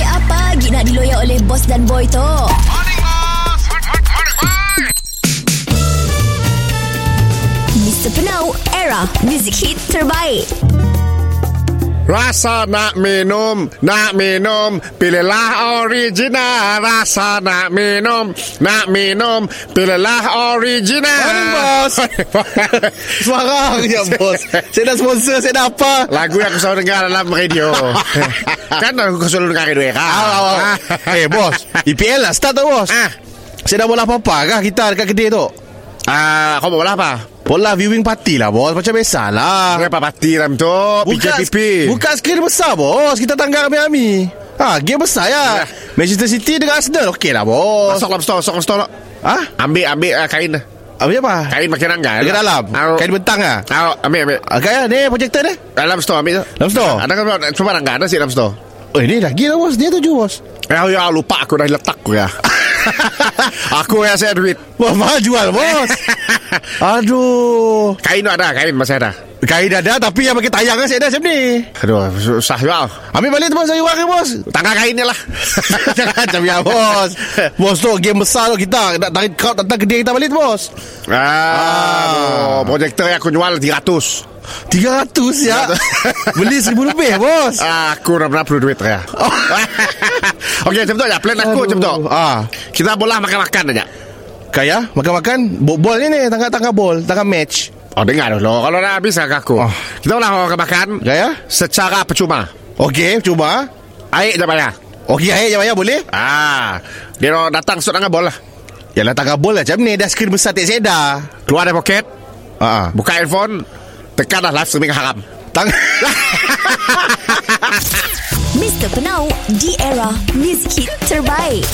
lagi nak diloyak oleh bos dan boy tu. Mr. Penau, era music hit terbaik. Rasa nak minum, nak minum, pilihlah original. Rasa nak minum, nak minum, pilihlah original. Morning, bos. Ah. Semarang je bos Saya dah sponsor Saya dah apa Lagu yang aku selalu dengar dalam radio. kan aku selalu dengar radio era. Ah, Eh bos EPL lah start tu bos Ah, Saya dah bola apa-apa kah Kita dekat kedai tu ah, kau bawa bola apa? Bola viewing party lah bos Macam biasa lah Kenapa pati dalam tu? PJPP. Bukan skrin besar bos Kita tanggal Miami Ha, game besar ya. Ya. Manchester City dengan Arsenal Okey lah bos Masuk dalam store, masuk dalam store. lah. Ha? Ambil, ambil ah, kain. lah. Apa apa? Kain makin rangga. Dekat dalam Ah, Kain bentang ah. ah, ambil, ambil. Ah, Kaya ni projektor ni Dalam store ambil tu. Dalam store? Ada kan cuma rangga ada sih dalam store. Eh ni lagi lah bos Dia tujuh bos Ya, ya lupa aku dah letak aku ya. aku ya saya duit. Wah mahal jual bos Aduh Kain tu ada, kain masih ada. Kain dada tapi yang pakai tayang kan saya dah macam ni Aduh, susah juga. Ambil balik tu bos saya orang ke bos Tangga kain ni lah. Jangan macam ya bos Bos tu game besar tu kita Nak tarik crowd datang kedai kita balik tu bos Ah, aduh, projektor yang aku jual 300. 300 ya Beli 1000 lebih bos Ah, aku dah pernah perlu duit ya. Okey, macam tu aja. Plan aku macam tu. ah, Kita bola makan-makan aja. Kaya makan-makan bo- Bol ni ni Tangga-tangga bol Tangga match Oh, dengar dulu. Kalau dah habis agak aku. Oh. Kita bola makan-makan Kaya secara percuma. Okey cuba Aik je bayar. Okey ayat jawab ya boleh Ah, dia orang datang lah. sud dengan bola. Yalah tangga bol lah macam ni Dah skrin besar tak saya dah Keluar dari poket, ah. buka handphone, tekan lah dah live streaming haram. Tang- Mr. Penau, di era music hit terbaik.